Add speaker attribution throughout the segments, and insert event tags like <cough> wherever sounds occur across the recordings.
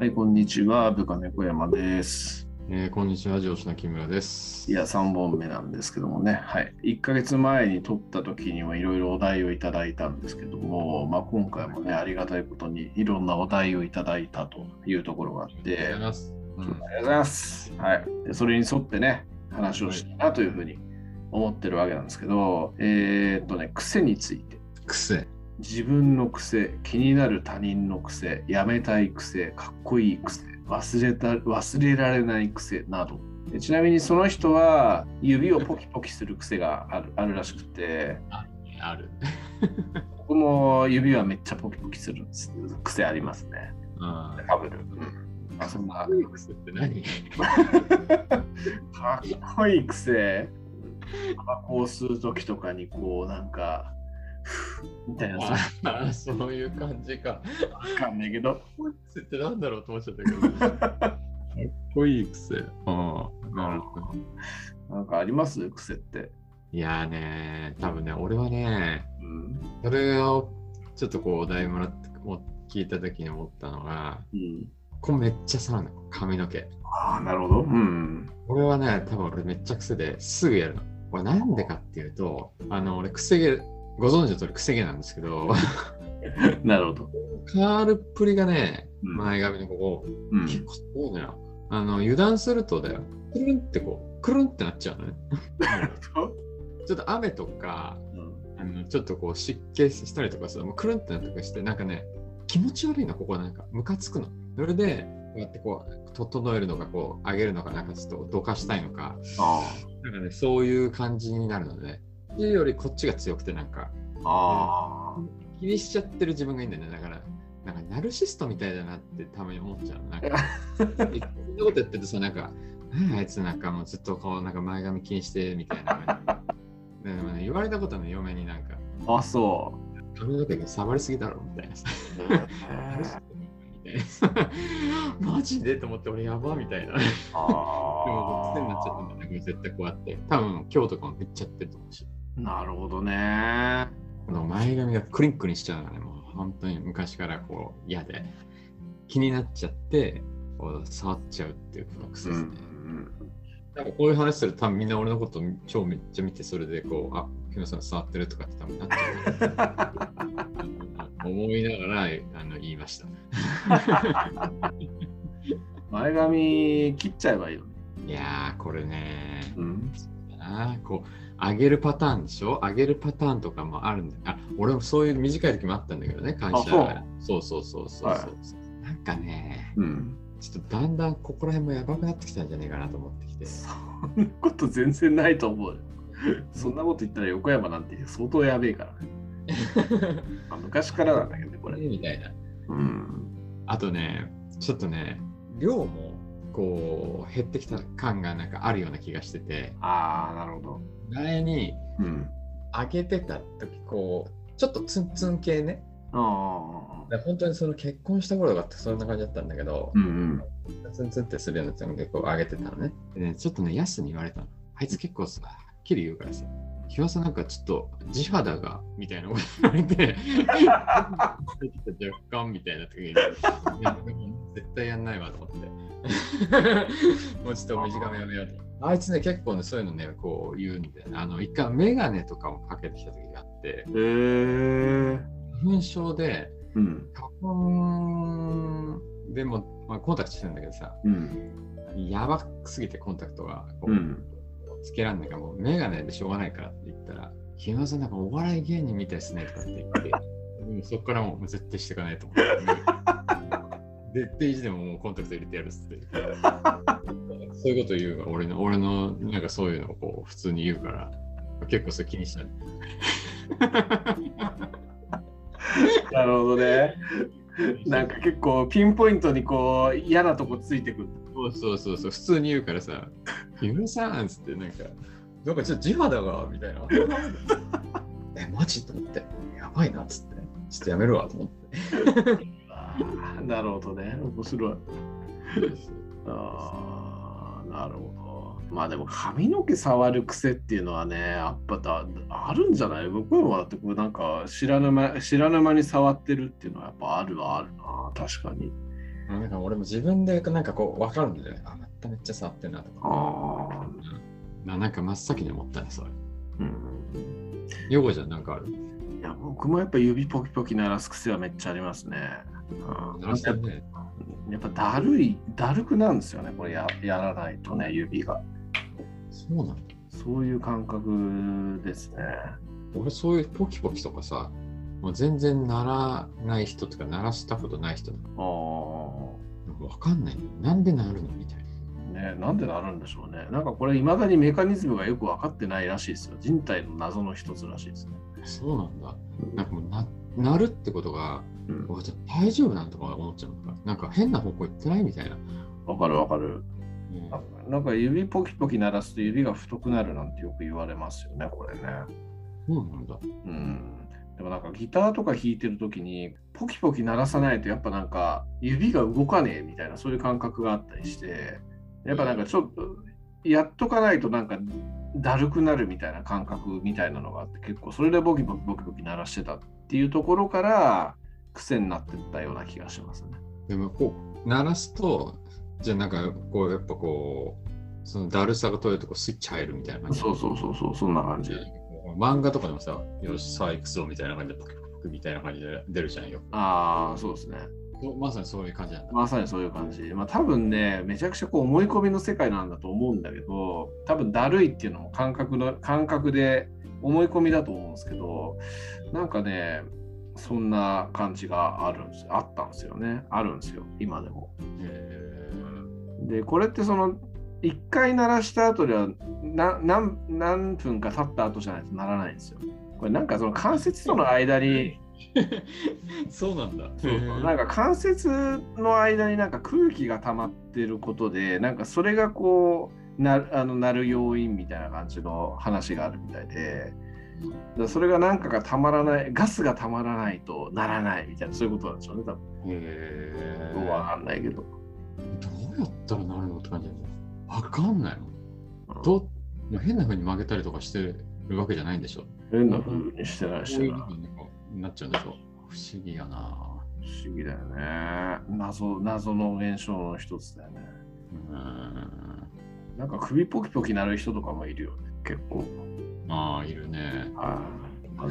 Speaker 1: はい、こんにちは。部下猫山です。
Speaker 2: えーこんにちは、上司の木村です。
Speaker 1: いや、3本目なんですけどもね。はい。1ヶ月前に撮った時にはいろいろお題をいただいたんですけども、まあ、今回もね、ありがたいことにいろんなお題をいただいたというところがあっ
Speaker 2: ありがとう
Speaker 1: て
Speaker 2: ござい、ます。うん
Speaker 1: ありがとうございます。はい。でそれに沿ってね、話をしたいなというふうに思ってるわけなんですけど、えーっとね、癖について。
Speaker 2: 癖。
Speaker 1: 自分の癖、気になる他人の癖、やめたい癖、かっこいい癖、忘れた忘れられない癖など。でちなみにその人は指をポキポキする癖があるあるらしくて、
Speaker 2: ある。
Speaker 1: 僕も指はめっちゃポキポキする癖ありますね。
Speaker 2: あ
Speaker 1: かぶる。うんあそんな
Speaker 2: あ。癖って何
Speaker 1: かっこいい癖タバコを吸う時とかにこうなんかふうみたいなそう
Speaker 2: ああ、そういう感じか。
Speaker 1: わかんないけど
Speaker 2: 癖ってなんだろうと思っちゃったけど。かっこいい癖。ああ、なるほど。
Speaker 1: なんかあります癖って、
Speaker 2: いやーねー、多分ね、俺はね、
Speaker 1: うん
Speaker 2: それをちょっとこう、お題もらって、も聞いた時に思ったのが、
Speaker 1: うん、
Speaker 2: これめっちゃ触るの、髪の毛。
Speaker 1: ああなるほどうん
Speaker 2: 俺はね、多分俺めっちゃ癖ですぐやるの。これなんでかっていうと、あの、俺癖毛、ご存知の通り癖毛なんですけど、 <laughs>
Speaker 1: なるほど、
Speaker 2: カールっぷりがね、
Speaker 1: うん
Speaker 2: 前髪のここ、
Speaker 1: うん、
Speaker 2: 結構すごいのよ。あの、油断するとだよ、くるんってこう、くるんってなっちゃうのね。ちょっと雨とか、あのちょっとこう湿気したりとかすると、もうくるんってなったりとかして、なんかね、気持ち悪いの、ここなんか、ムカつくの。それで、こうやってこう、整えるのか、こう、上げるのか、なんかちょっとどかしたいのか、
Speaker 1: あ
Speaker 2: なんかね、そういう感じになるので、っていうよりこっちが強くて、なんか、
Speaker 1: ああ
Speaker 2: 気にしちゃってる自分がいいんだよね。だから、なんか、ナルシストみたいだなってたまに思っちゃうの。なんか、そんなことやってるとさ、なんか、うんあいつなんかもうずっとこう、なんか前髪気にして、みたいな感じ。でもね、言われたことの嫁になんか、
Speaker 1: ああそ
Speaker 2: 髪の毛が触りすぎだろ、みたいなさ。
Speaker 1: う
Speaker 2: ナルシストみたいなさ <laughs> マジでと思って俺やばみたいな。でも癖になっちゃったんだよね。これ絶対こうやって。多分今日とかもめっちゃやってると思うし。
Speaker 1: なるほどね
Speaker 2: この前髪がクリンクリンしちゃうのがね、もう本当に昔からこう嫌で、気になっちゃって、こう触っちゃうっていうこの癖
Speaker 1: う
Speaker 2: ですね。
Speaker 1: ん
Speaker 2: なんかこういう話すると多分みんな俺のこと超めっちゃ見て、それでこう、あ、木野さん触ってるとかって多分なっちゃう。思いながらあの言いました。
Speaker 1: 前髪切っちゃえばいいよ、
Speaker 2: いやー、これね
Speaker 1: うん、
Speaker 2: あーこう上げるパターンでしょ上げるパターンとかもあるんだあ俺もそういう短い時もあったんだけどね会社
Speaker 1: あ
Speaker 2: そうそうそうそうそう、
Speaker 1: は
Speaker 2: なんかね
Speaker 1: うん、
Speaker 2: ちょっとだんだんここら辺もやばくなってきたんじゃねえかなと思ってきて
Speaker 1: そんなこと全然ないと思うよそんなこと言ったら横山なんて相当やべえからねまあ昔からなんだけどねこれ
Speaker 2: みたいな
Speaker 1: うん
Speaker 2: あとねちょっとね量もこう減ってきた感がなんかあるような気がしてて
Speaker 1: ああなるほど
Speaker 2: 前に
Speaker 1: うん
Speaker 2: 上げてた時こうちょっとツンツン系ね
Speaker 1: ああ
Speaker 2: で本当にその結婚した頃とかってそんな感じだったんだけど、
Speaker 1: うんうん
Speaker 2: ツンツンってするようなやつでこう上げてたのね。でねちょっとね、ヤスに言われたの。あいつ結構さ、はっきり言うからさ、日和さんなんかちょっと地肌がみたいなこと言われて、若干みたいな時に、いやでも絶対やんないわと思って。もうちょっと短めやめようと。あいつね、結構ね、そういうのね、こう言うんで、あの、一回メガネとかもかけてきた時があって、
Speaker 1: へえ
Speaker 2: 花粉症で、
Speaker 1: うん
Speaker 2: 花粉でも、まあ、コンタクトしてるんだけどさ、
Speaker 1: うん
Speaker 2: やばすぎてコンタクトがこう、
Speaker 1: うん
Speaker 2: つけらんないからもうメガネでしょうがないからって言ったら「木村さんなんかお笑い芸人みたいですね」とかって言ってもうそこからもう絶対していかないと思って絶対意地でももうコンタクト入れてやるっつってそういうこと言うから俺の俺のなんかそういうのをこう普通に言うから結構それ気にしない
Speaker 1: なるほどねなんか結構ピンポイントにこう嫌なとこついてくる
Speaker 2: そうそうそうそう、普通に言うからさ、木村さんっつって、なんか、なんかちょっと地肌が、みたいな。え、マジと思って、やばいなっつって、ちょっとやめるわと思って。
Speaker 1: あーなるほどね面白いあーなるほど。まあでも髪の毛触る癖っていうのはね、やっぱだあるんじゃない僕もだってこうなんか知らぬ間知らぬ間に触ってるっていうのはやっぱあるはあるな、確かに。
Speaker 2: あなんか俺も自分でなんかこう分かるんだよね。あ、まためっちゃ触ってんなとか。
Speaker 1: ああ、
Speaker 2: ななんか真っ先に思ったね、それ。
Speaker 1: うん。
Speaker 2: ヨゴちゃんなんかある。
Speaker 1: いや、僕もやっぱ指ポキポキ鳴らす癖はめっちゃありますね。うん
Speaker 2: 鳴らしてるね。
Speaker 1: やっぱだるい、だるくなんですよね、これややらないとね、指が。
Speaker 2: そうなんだ。
Speaker 1: そういう感覚ですね。
Speaker 2: 俺そういうポキポキとかさ、もう全然鳴らない人とか鳴らしたことない人
Speaker 1: ああ。
Speaker 2: なんか分かんないんだよなんで鳴るのみたいな。
Speaker 1: ね、なんでなるんでしょうね。なんかこれ、いまだにメカニズムがよく分かってないらしいですよ。人体の謎の一つらしいですね。
Speaker 2: そうなんだ。なんかもうな鳴るってことが、
Speaker 1: うん
Speaker 2: 俺大丈夫なんとか思っちゃうのか。なんか変な方向行ってないみたいな。
Speaker 1: わかるわかる。なんか指ポキポキ鳴らすと指が太くなるなんてよく言われますよね、これね。
Speaker 2: そうなんだ。
Speaker 1: うん。でもなんかギターとか弾いてる時にポキポキ鳴らさないとやっぱなんか指が動かねえみたいなそういう感覚があったりしてやっぱなんかちょっとやっとかないとなんかだるくなるみたいな感覚みたいなのがあって結構それでボキボキボキボキ鳴らしてたっていうところから癖になってったような気がしますね。
Speaker 2: でもこう、鳴らすと、じゃあなんかこう、やっぱこう、そのだるさが取れるとこうスイッチ入るみたいな感じ。
Speaker 1: そうそうそうそうそんな感じ。
Speaker 2: 漫画とかでもさ、よし、さあ行くぞみたいな感じで、パクパクみたいな感じで出るじゃんよ。
Speaker 1: ああそうですね。
Speaker 2: そうまさにそういう感じなんだ。
Speaker 1: まさにそういう感じ。まあ多分ね、めちゃくちゃこう思い込みの世界なんだと思うんだけど、多分だるいっていうのも感覚の感覚で思い込みだと思うんですけど、なんかね、そんな感じがあるんですあったんですよね。あるんですよ、今でも。
Speaker 2: へー
Speaker 1: で、これってその、一回鳴らした後ではな何何分か経った後じゃないとならないんですよ。これなんかその関節との間に、
Speaker 2: そうなんだ。
Speaker 1: そうそうなんか関節の間になんか空気が溜まってることでなんかそれがこうなるあのなる要因みたいな感じの話があるみたいでだからそれが何かがたまらないガスがたまらないとならないみたいなそういうことなんでしょうね多分
Speaker 2: へ
Speaker 1: 分かんないけど、
Speaker 2: どうやったらなるのって感じだよね。わかんないの。
Speaker 1: うん
Speaker 2: どもう変な風に曲げたりとかしてるわけじゃないんでしょ。こ
Speaker 1: 変な風にしてないうして
Speaker 2: いう
Speaker 1: ない
Speaker 2: 風にこうなっちゃうんでしょ。不思議やな
Speaker 1: 不思議だよね謎謎の現象の一つだよね
Speaker 2: うーん。
Speaker 1: なんか首ポキポキ鳴る人とかもいるよね結構
Speaker 2: まあ、いるね。
Speaker 1: あ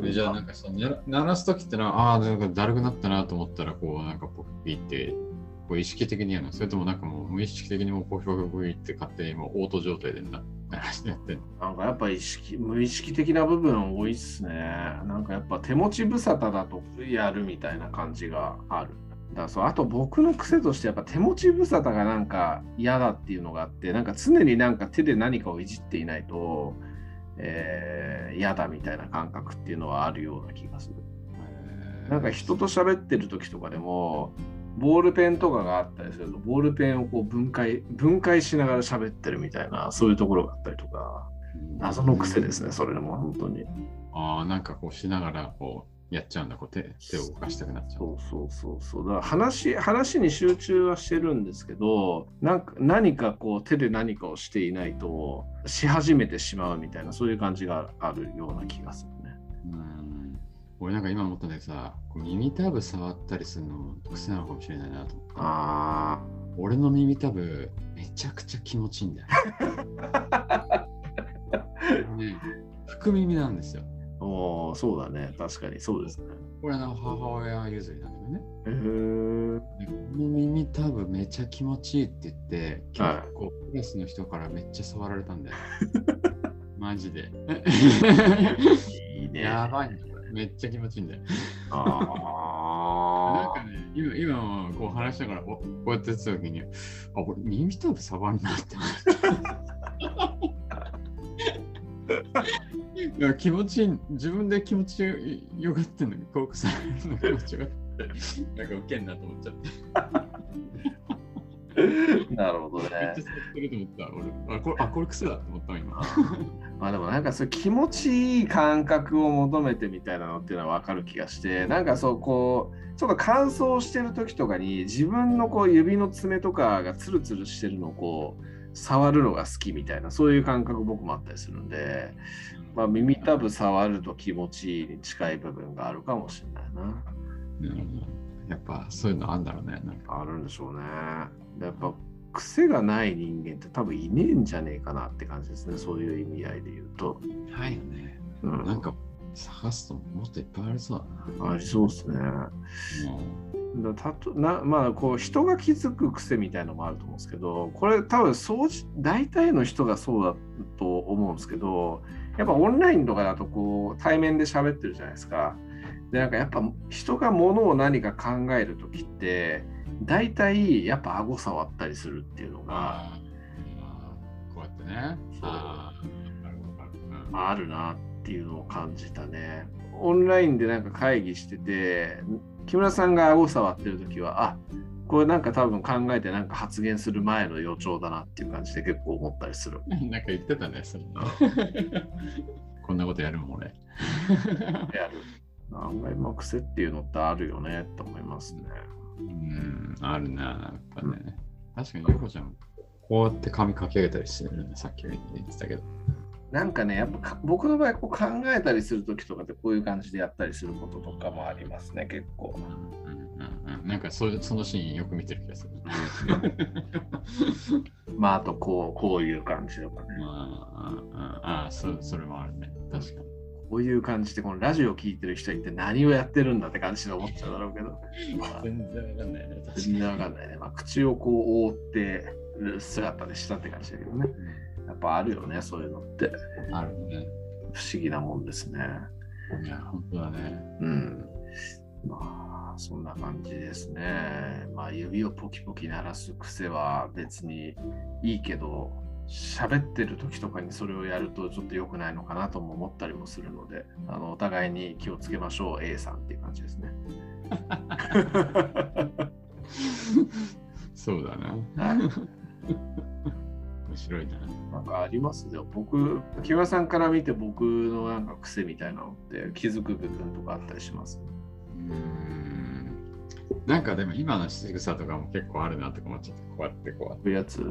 Speaker 2: でじゃあなんかその鳴ら鳴らす時ってのはああーなんかだるくなったなと思ったらこうなんかポッキーってこう意識的にやるのそれともなんかもう無意識的にもうポキポキポキって勝手にもうオート状態でな鳴らしてやってんの
Speaker 1: なんかやっぱ意識無意識的な部分多いっすね。なんかやっぱ手持ち無沙汰だとやるみたいな感じがある。だからそうあと僕の癖としてやっぱ手持ち無沙汰がなんか嫌だっていうのがあってなんか常になんか手で何かをいじっていないと、えー嫌だみたいな感覚っていうのはあるような気がする。
Speaker 2: へー
Speaker 1: なんか人と喋ってる時とかでもボールペンとかがあったりするとボールペンをこう分解分解しながら喋ってるみたいなそういうところがあったりとか。謎の癖ですね、それでも本当に。
Speaker 2: ああなんかこうしながらこうやっちゃうんだこう手手を動かしたくなっちゃう
Speaker 1: そうそうそうそう。だから話話に集中はしてるんですけど、なんか何かこう手で何かをしていないとし始めてしまうみたいなそういう感じがあるような気がするね。
Speaker 2: うーん俺なんか今思ったんだけどさこう耳たぶ触ったりするのも癖なのかもしれないなと思った
Speaker 1: あ
Speaker 2: 俺の耳たぶめちゃくちゃ気持ちいいんだよ。ね福耳なんですよ。
Speaker 1: あ、おーそうだね、確かにそうですね。
Speaker 2: これあの母親譲りなんだけどね。
Speaker 1: へー
Speaker 2: でこの耳たぶめちゃ気持ちいいって言って、
Speaker 1: はい
Speaker 2: 結構クラスの人からめっちゃ触られたんだよ。マジで。
Speaker 1: いいね。
Speaker 2: やばいね。めっちゃ気持ちいいんだよ。なん
Speaker 1: あ
Speaker 2: かね、今、今もこう話しながら、おこうやってやってた時に、あ、俺、耳たぶ触るなって思 <laughs> って。いや気持ちいい自分で気持ちよがってんのに、こうされるの気持ちよがって、 <laughs> なんかウケんなと思っちゃって。
Speaker 1: あ。 <laughs> なるほど
Speaker 2: めっ
Speaker 1: ね
Speaker 2: ちゃ。触ってると思った、俺。あ、これ、あ、これ癖だと思った、今。
Speaker 1: まあでもなんかそういう気持ちいい感覚を求めてみたいなのっていうのは分かる気がしてなんかそうこうちょっと乾燥してる時とかに自分のこう指の爪とかがツルツルしてるのをこう触るのが好きみたいなそういう感覚僕もあったりするんで、まあ、耳たぶ触ると気持ちいいに近い部分があるかもしれないな。
Speaker 2: なるほど。やっぱそういうのあんだろうね。なんか
Speaker 1: あるんでしょうね。でやっぱ癖がない人間って多分いねえんじゃねえかなって感じですね。そういう意味合いで言うと。
Speaker 2: ないよね。
Speaker 1: うん、
Speaker 2: なんか探すともっといっぱいありそうだな。
Speaker 1: ありそうですね。
Speaker 2: うん
Speaker 1: だたとなまあこう人が気づく癖みたいのもあると思うんですけどこれ多分掃除大体の人がそうだと思うんですけどやっぱオンラインとかだとこう対面で喋ってるじゃないですか。でなんかやっぱ人が物を何か考える時って大体やっぱ顎触ったりするっていうのが
Speaker 2: あーこうやってね。
Speaker 1: そう
Speaker 2: あーわかるわかるうん
Speaker 1: あるなっていうのを感じたね。オンラインでなんか会議してて木村さんが顎触ってる時はあこれなんか多分考えてなんか発言する前の予兆だなっていう感じで結構思ったり <laughs> する。
Speaker 2: なんか言ってたね、 <laughs> それ。こんなことやるもん、俺。
Speaker 1: やる。案外まあ癖っていうのってあるよねって思いますね。
Speaker 2: うん、あるな、なんかね。確かに、ゆうこちゃん、こうやって髪かき上げたりしてるね、さっき言ってたけど。
Speaker 1: なんかねやっぱか僕の場合こう考えたりする時とかでこういう感じでやったりすることとかもありますね結構。
Speaker 2: うんうんうんうん、なんかそれそのシーンよく見てる気がする。
Speaker 1: <laughs> まああとこうこういう感じとかね。
Speaker 2: まあ、あああそ、それもあるね。確か
Speaker 1: こういう感じで、このラジオを聞いてる人って何をやってるんだって感じで思っちゃうだろうけど、まあ
Speaker 2: に。全然わかんないね。確
Speaker 1: 全然わかんないね。まあ、口をこう覆ってる姿でしたって感じだけどね。やっぱあるよね、そういうのって。
Speaker 2: に。あるね。
Speaker 1: 不思議なもんですね。
Speaker 2: いや、本当だ <laughs> ね。
Speaker 1: うん。まあ、そんな感じですね。まあ、指をポキポキ鳴らす癖は別にいいけど、喋ってる時とかにそれをやるとちょっと良くないのかなとも思ったりもするので、あのお互いに気をつけましょう、A さんっていう感じですね。
Speaker 2: そうだな。
Speaker 1: はい
Speaker 2: 面白いな。
Speaker 1: なんかありますよ。僕、木村さんから見て僕のなんか癖みたいなのって気づく部分とかあったりします。
Speaker 2: うんなんかでも今の仕草とかも結構あるなとか思っちゃって、こうやってこうやっ
Speaker 1: こういうやつ。
Speaker 2: て。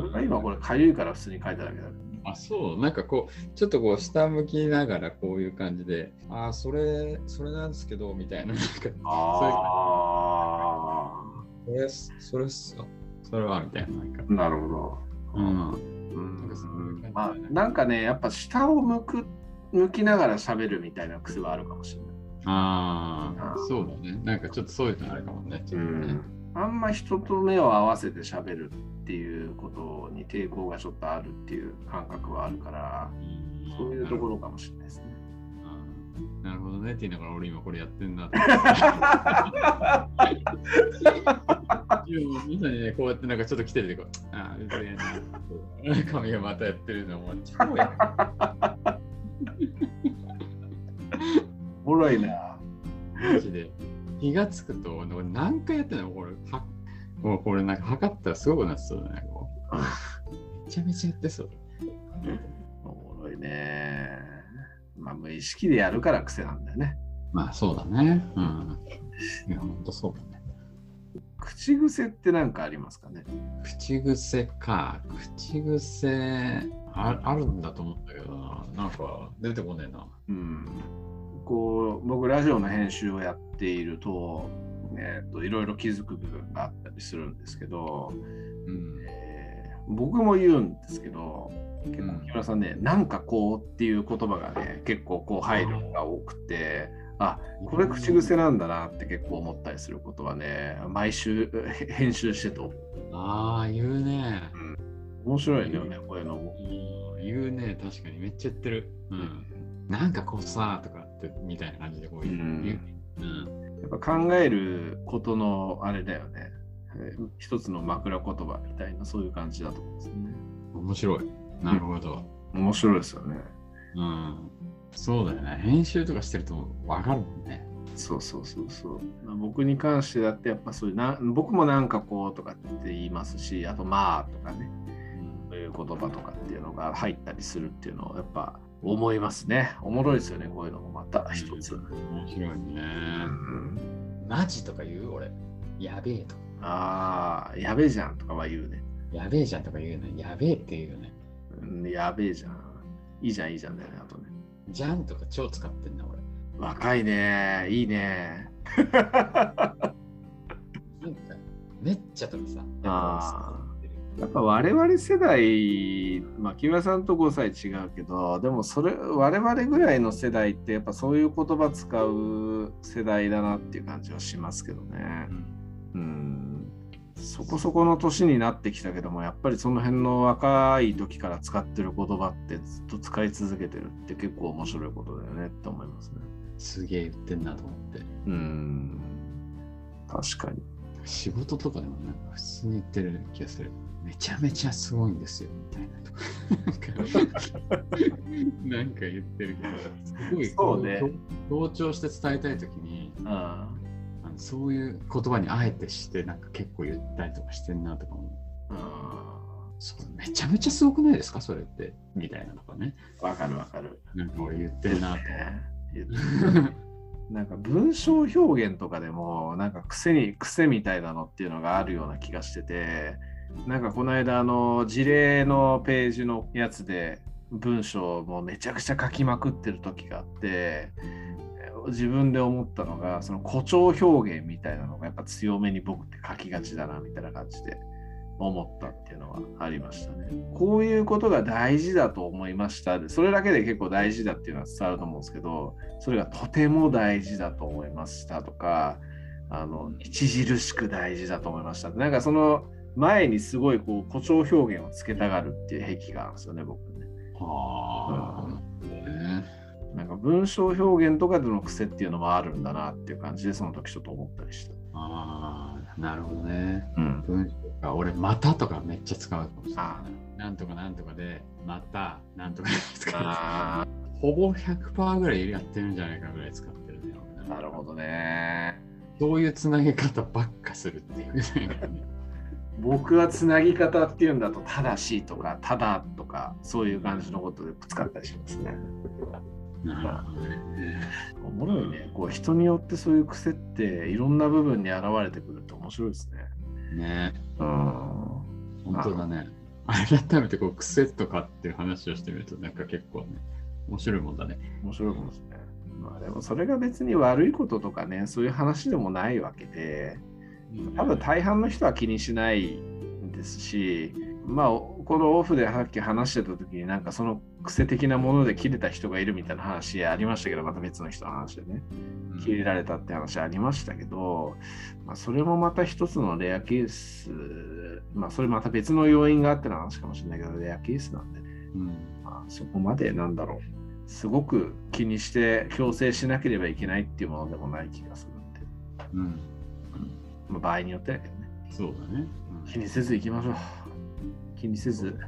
Speaker 1: 俺が今これかゆいから普通に書いただけだけど。
Speaker 2: あそうなんかこうちょっとこう下向きながらこういう感じでああそれそれなんですけどみたいななんか
Speaker 1: あ
Speaker 2: それそれっすあそれはみたいななんか
Speaker 1: あ、なるほど。
Speaker 2: うん
Speaker 1: うん
Speaker 2: なんかそういう感じ
Speaker 1: まあ、なんかね、やっぱ下を向く向きながら喋るみたいな癖はあるかもしれない。
Speaker 2: ああそうだねなんかちょっとそういうのあるかもねちょっとね、
Speaker 1: あんま人と目を合わせて喋るっていうことに抵抗がちょっとあるっていう感覚はあるから、そういうところかもしれないですね。
Speaker 2: あーなるほどねって言いながら俺今これやってんなっていやもうまさにねこうやってなんかちょっと来てるでこうああ別にね髪がまたやってるのもう超や
Speaker 1: おもろいな。
Speaker 2: マジで気がつくとなんか何回やってんのこれはもうこれなんか測ったらすごくなってそうだねこうめちゃめちゃやってそう
Speaker 1: おもろいね。まあ、無意識でやるから癖なんだよね。
Speaker 2: まあそうだねうんいやほんとそうだね
Speaker 1: 口癖って何かありますかね
Speaker 2: 口癖か口癖ああるんだと思ったけどななんか出てこねえな
Speaker 1: うん。こう、僕、ラジオの編集をやっていると、えっといろいろ気づく部分があったりするんですけど、
Speaker 2: うん
Speaker 1: えー僕も言うんですけど、結構
Speaker 2: うん
Speaker 1: 木村さんね、なんかこうっていう言葉がね、結構こう配慮が多くて、あこれ口癖なんだなって結構思ったりすることはね、毎週へ編集してて思う
Speaker 2: ああ言うね
Speaker 1: 面白いよね、こういうのも。
Speaker 2: うん言うね確かにめっちゃ言ってるうんなんかこうさとかってみたいな感じでこう言う、うん
Speaker 1: やっぱ考えることのあれだよね。えー一つの枕言葉みたいな、そういう感じだと思うんですよね。
Speaker 2: 面白いなるほど、
Speaker 1: 面白いですよね。
Speaker 2: うんそうだよね。編集とかしてるとわかるもんね。
Speaker 1: そうそうそうそう。まあ僕に関してだって、やっぱそういうな、僕もなんかこうとかって言いますし、あとまあとかね、そういう言葉とかっていうのが入ったりするっていうのをやっぱ思いますね。おもろいですよね、こういうのもまた一つ。
Speaker 2: 面白いね。
Speaker 1: うん
Speaker 2: マジとか言う俺。やべえとか。
Speaker 1: ああ、やべえじゃんとかは言うね。
Speaker 2: やべえじゃんとか言うね。やべえって言うね。
Speaker 1: うんやべえじゃん。いいじゃん、いいじゃんだよね、あとね。
Speaker 2: じゃんとか超使ってんな俺。
Speaker 1: 若いねいいね
Speaker 2: めっちゃとかさ。
Speaker 1: あやっぱ我々世代、まあ、木村さんと5歳違うけどでもそれ我々ぐらいの世代ってやっぱそういう言葉使う世代だなっていう感じはしますけどね。うんそこそこの年になってきたけどもやっぱりその辺の若い時から使ってる言葉ってずっと使い続けてるって結構面白いことだよねって思いますね。
Speaker 2: すげえ言ってんなと思って。
Speaker 1: うん確かに。
Speaker 2: 仕事とかでもなんか普通に言ってる気がする。めちゃめちゃすごいんですよ、みたいなとか。なんか言ってるけど、すごい
Speaker 1: そうね
Speaker 2: こう強調して伝えたいときに
Speaker 1: あ
Speaker 2: あの、そういう言葉にあえてして、なんか結構言ったりとかしてんなとかも、
Speaker 1: あ
Speaker 2: そうめちゃめちゃすごくないですか、それって、みたいなとかね。
Speaker 1: わかるわかる。
Speaker 2: なんか俺言ってるなと
Speaker 1: 言って
Speaker 2: 思って。
Speaker 1: <laughs> なんか文章表現とかでもなんか癖に癖みたいなのっていうのがあるような気がしててなんかこの間あの事例のページのやつで文章をもうめちゃくちゃ書きまくってる時があってえー自分で思ったのがその誇張表現みたいなのがやっぱ強めに僕って書きがちだなみたいな感じで思ったっていうのはありましたね。こういうことが大事だと思いましたでそれだけで結構大事だっていうのは伝わると思うんですけどそれがとても大事だと思いましたとかあの著しく大事だと思いましたってなんかその前にすごいこう誇張表現をつけたがるっていう癖があるんですよね僕ね。
Speaker 2: はあ、ね。
Speaker 1: なんか文章表現とかでの癖っていうのもあるんだなっていう感じでその時ちょっと思ったりした。
Speaker 2: ああ、なるほどね。
Speaker 1: うん、
Speaker 2: 文章か俺またとかめっちゃ使うかもしれ
Speaker 1: あ
Speaker 2: ないなんとかなんとかでまたなんとか使
Speaker 1: あ
Speaker 2: うほぼ100%ぐらいやってるんじゃないかぐらい使ってるね
Speaker 1: ーなるほどね。
Speaker 2: そういうつなげ方ばっかするっていうなんかね
Speaker 1: 僕はつなぎ方っていうんだと正しいとかただとかそういう感じのことで使ったりしますね。
Speaker 2: なるほどね
Speaker 1: おもろいね。こう人によってそういう癖っていろんな部分に現れてくるって面白いですね。
Speaker 2: ね
Speaker 1: うん。
Speaker 2: 本当だね改めてこう癖とかっていう話をしてみるとなんか結構ね面白いもんだね
Speaker 1: 面白いかもしれない。まあでもそれが別に悪いこととかねそういう話でもないわけで多分大半の人は気にしないですしまあおこのオフでさっき話してた時になんかその癖的なもので切れた人がいるみたいな話ありましたけどまた別の人の話でね。
Speaker 2: うん
Speaker 1: 切れられたって話ありましたけど、まあ、それもまた一つのレアケース、まあ、それまた別の要因があっての話かもしれないけど、レアケースなんで、
Speaker 2: うん
Speaker 1: まあ、そこまでなんだろう、すごく気にして強制しなければいけないっていうものでもない気がするんで、
Speaker 2: うん
Speaker 1: まあ、場合によってだけどね、
Speaker 2: そうだね
Speaker 1: 気にせず行きましょう。気にせず、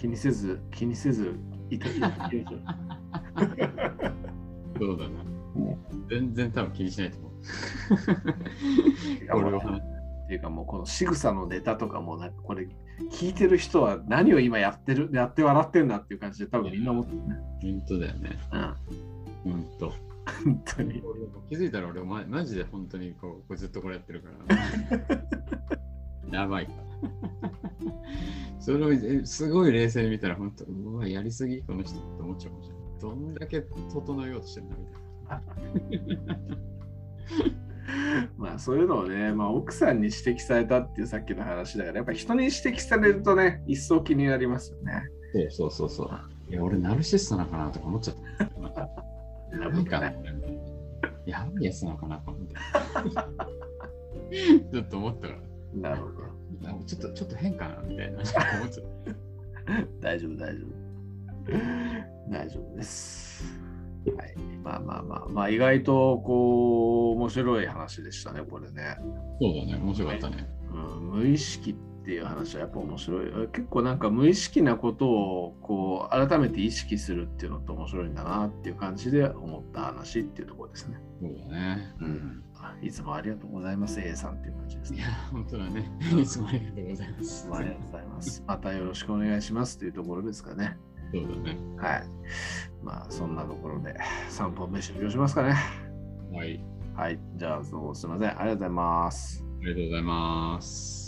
Speaker 1: 気にせず、気にせず、いただ
Speaker 2: <laughs>
Speaker 1: きましょう。
Speaker 2: うんそうだね
Speaker 1: ね
Speaker 2: 全然多分気にしないと <laughs> 思う
Speaker 1: 俺はっていうかもうこの仕草のネタとかもなんかこれ聞いてる人は何を今やってるやって笑ってんだっていう感じで多分みんな思ってるね。
Speaker 2: 本当だよね。
Speaker 1: うん
Speaker 2: 本当。
Speaker 1: 本当に。
Speaker 2: 気づいたら俺、ま、マジで本当にこうこうずっとこれやってるから。やばい。それをえすごい冷静に見たら本当、うわ、やりすぎこの人って思っちゃうかもしれない。どんだけ整えようとしてるんだみたい
Speaker 1: まあそういうのをね、まあ、奥さんに指摘されたっていうさっきの話だからやっぱ人に指摘されるとね一層気になりますよね。
Speaker 2: な。そうそうそうそう。いや、俺、ナルシストなのかなとか思っちゃった。やばいかな。やばいやつなのかなと思 <laughs> って。ちょっと思ったから。
Speaker 1: なるほど。
Speaker 2: あちょっとちょっと変かなみたいな思っちゃう
Speaker 1: 大丈夫大丈夫。大丈夫です。はい、まあまあまあまあ意外とこう面白い話でしたねこれね。
Speaker 2: <laughs> そうだね、面白かったね。
Speaker 1: うん、無意識っていう話はやっぱ面白い結構なんか無意識なことをこう改めて意識するっていうのって面白いんだなっていう感じで思った話っていうところですね、
Speaker 2: そうだね。
Speaker 1: うん、いつもありがとうございます A さんっていう感じです
Speaker 2: い
Speaker 1: ね
Speaker 2: や、本当だね。いつもありがとうございます。
Speaker 1: いつもありがとうございますまたよろしくお願いしますというところですかね
Speaker 2: そうだね。
Speaker 1: はいまあそんなところで3本目終了しますかね
Speaker 2: はい、
Speaker 1: はいじゃあどうもすいませんありがとうございます
Speaker 2: ありがとうございます。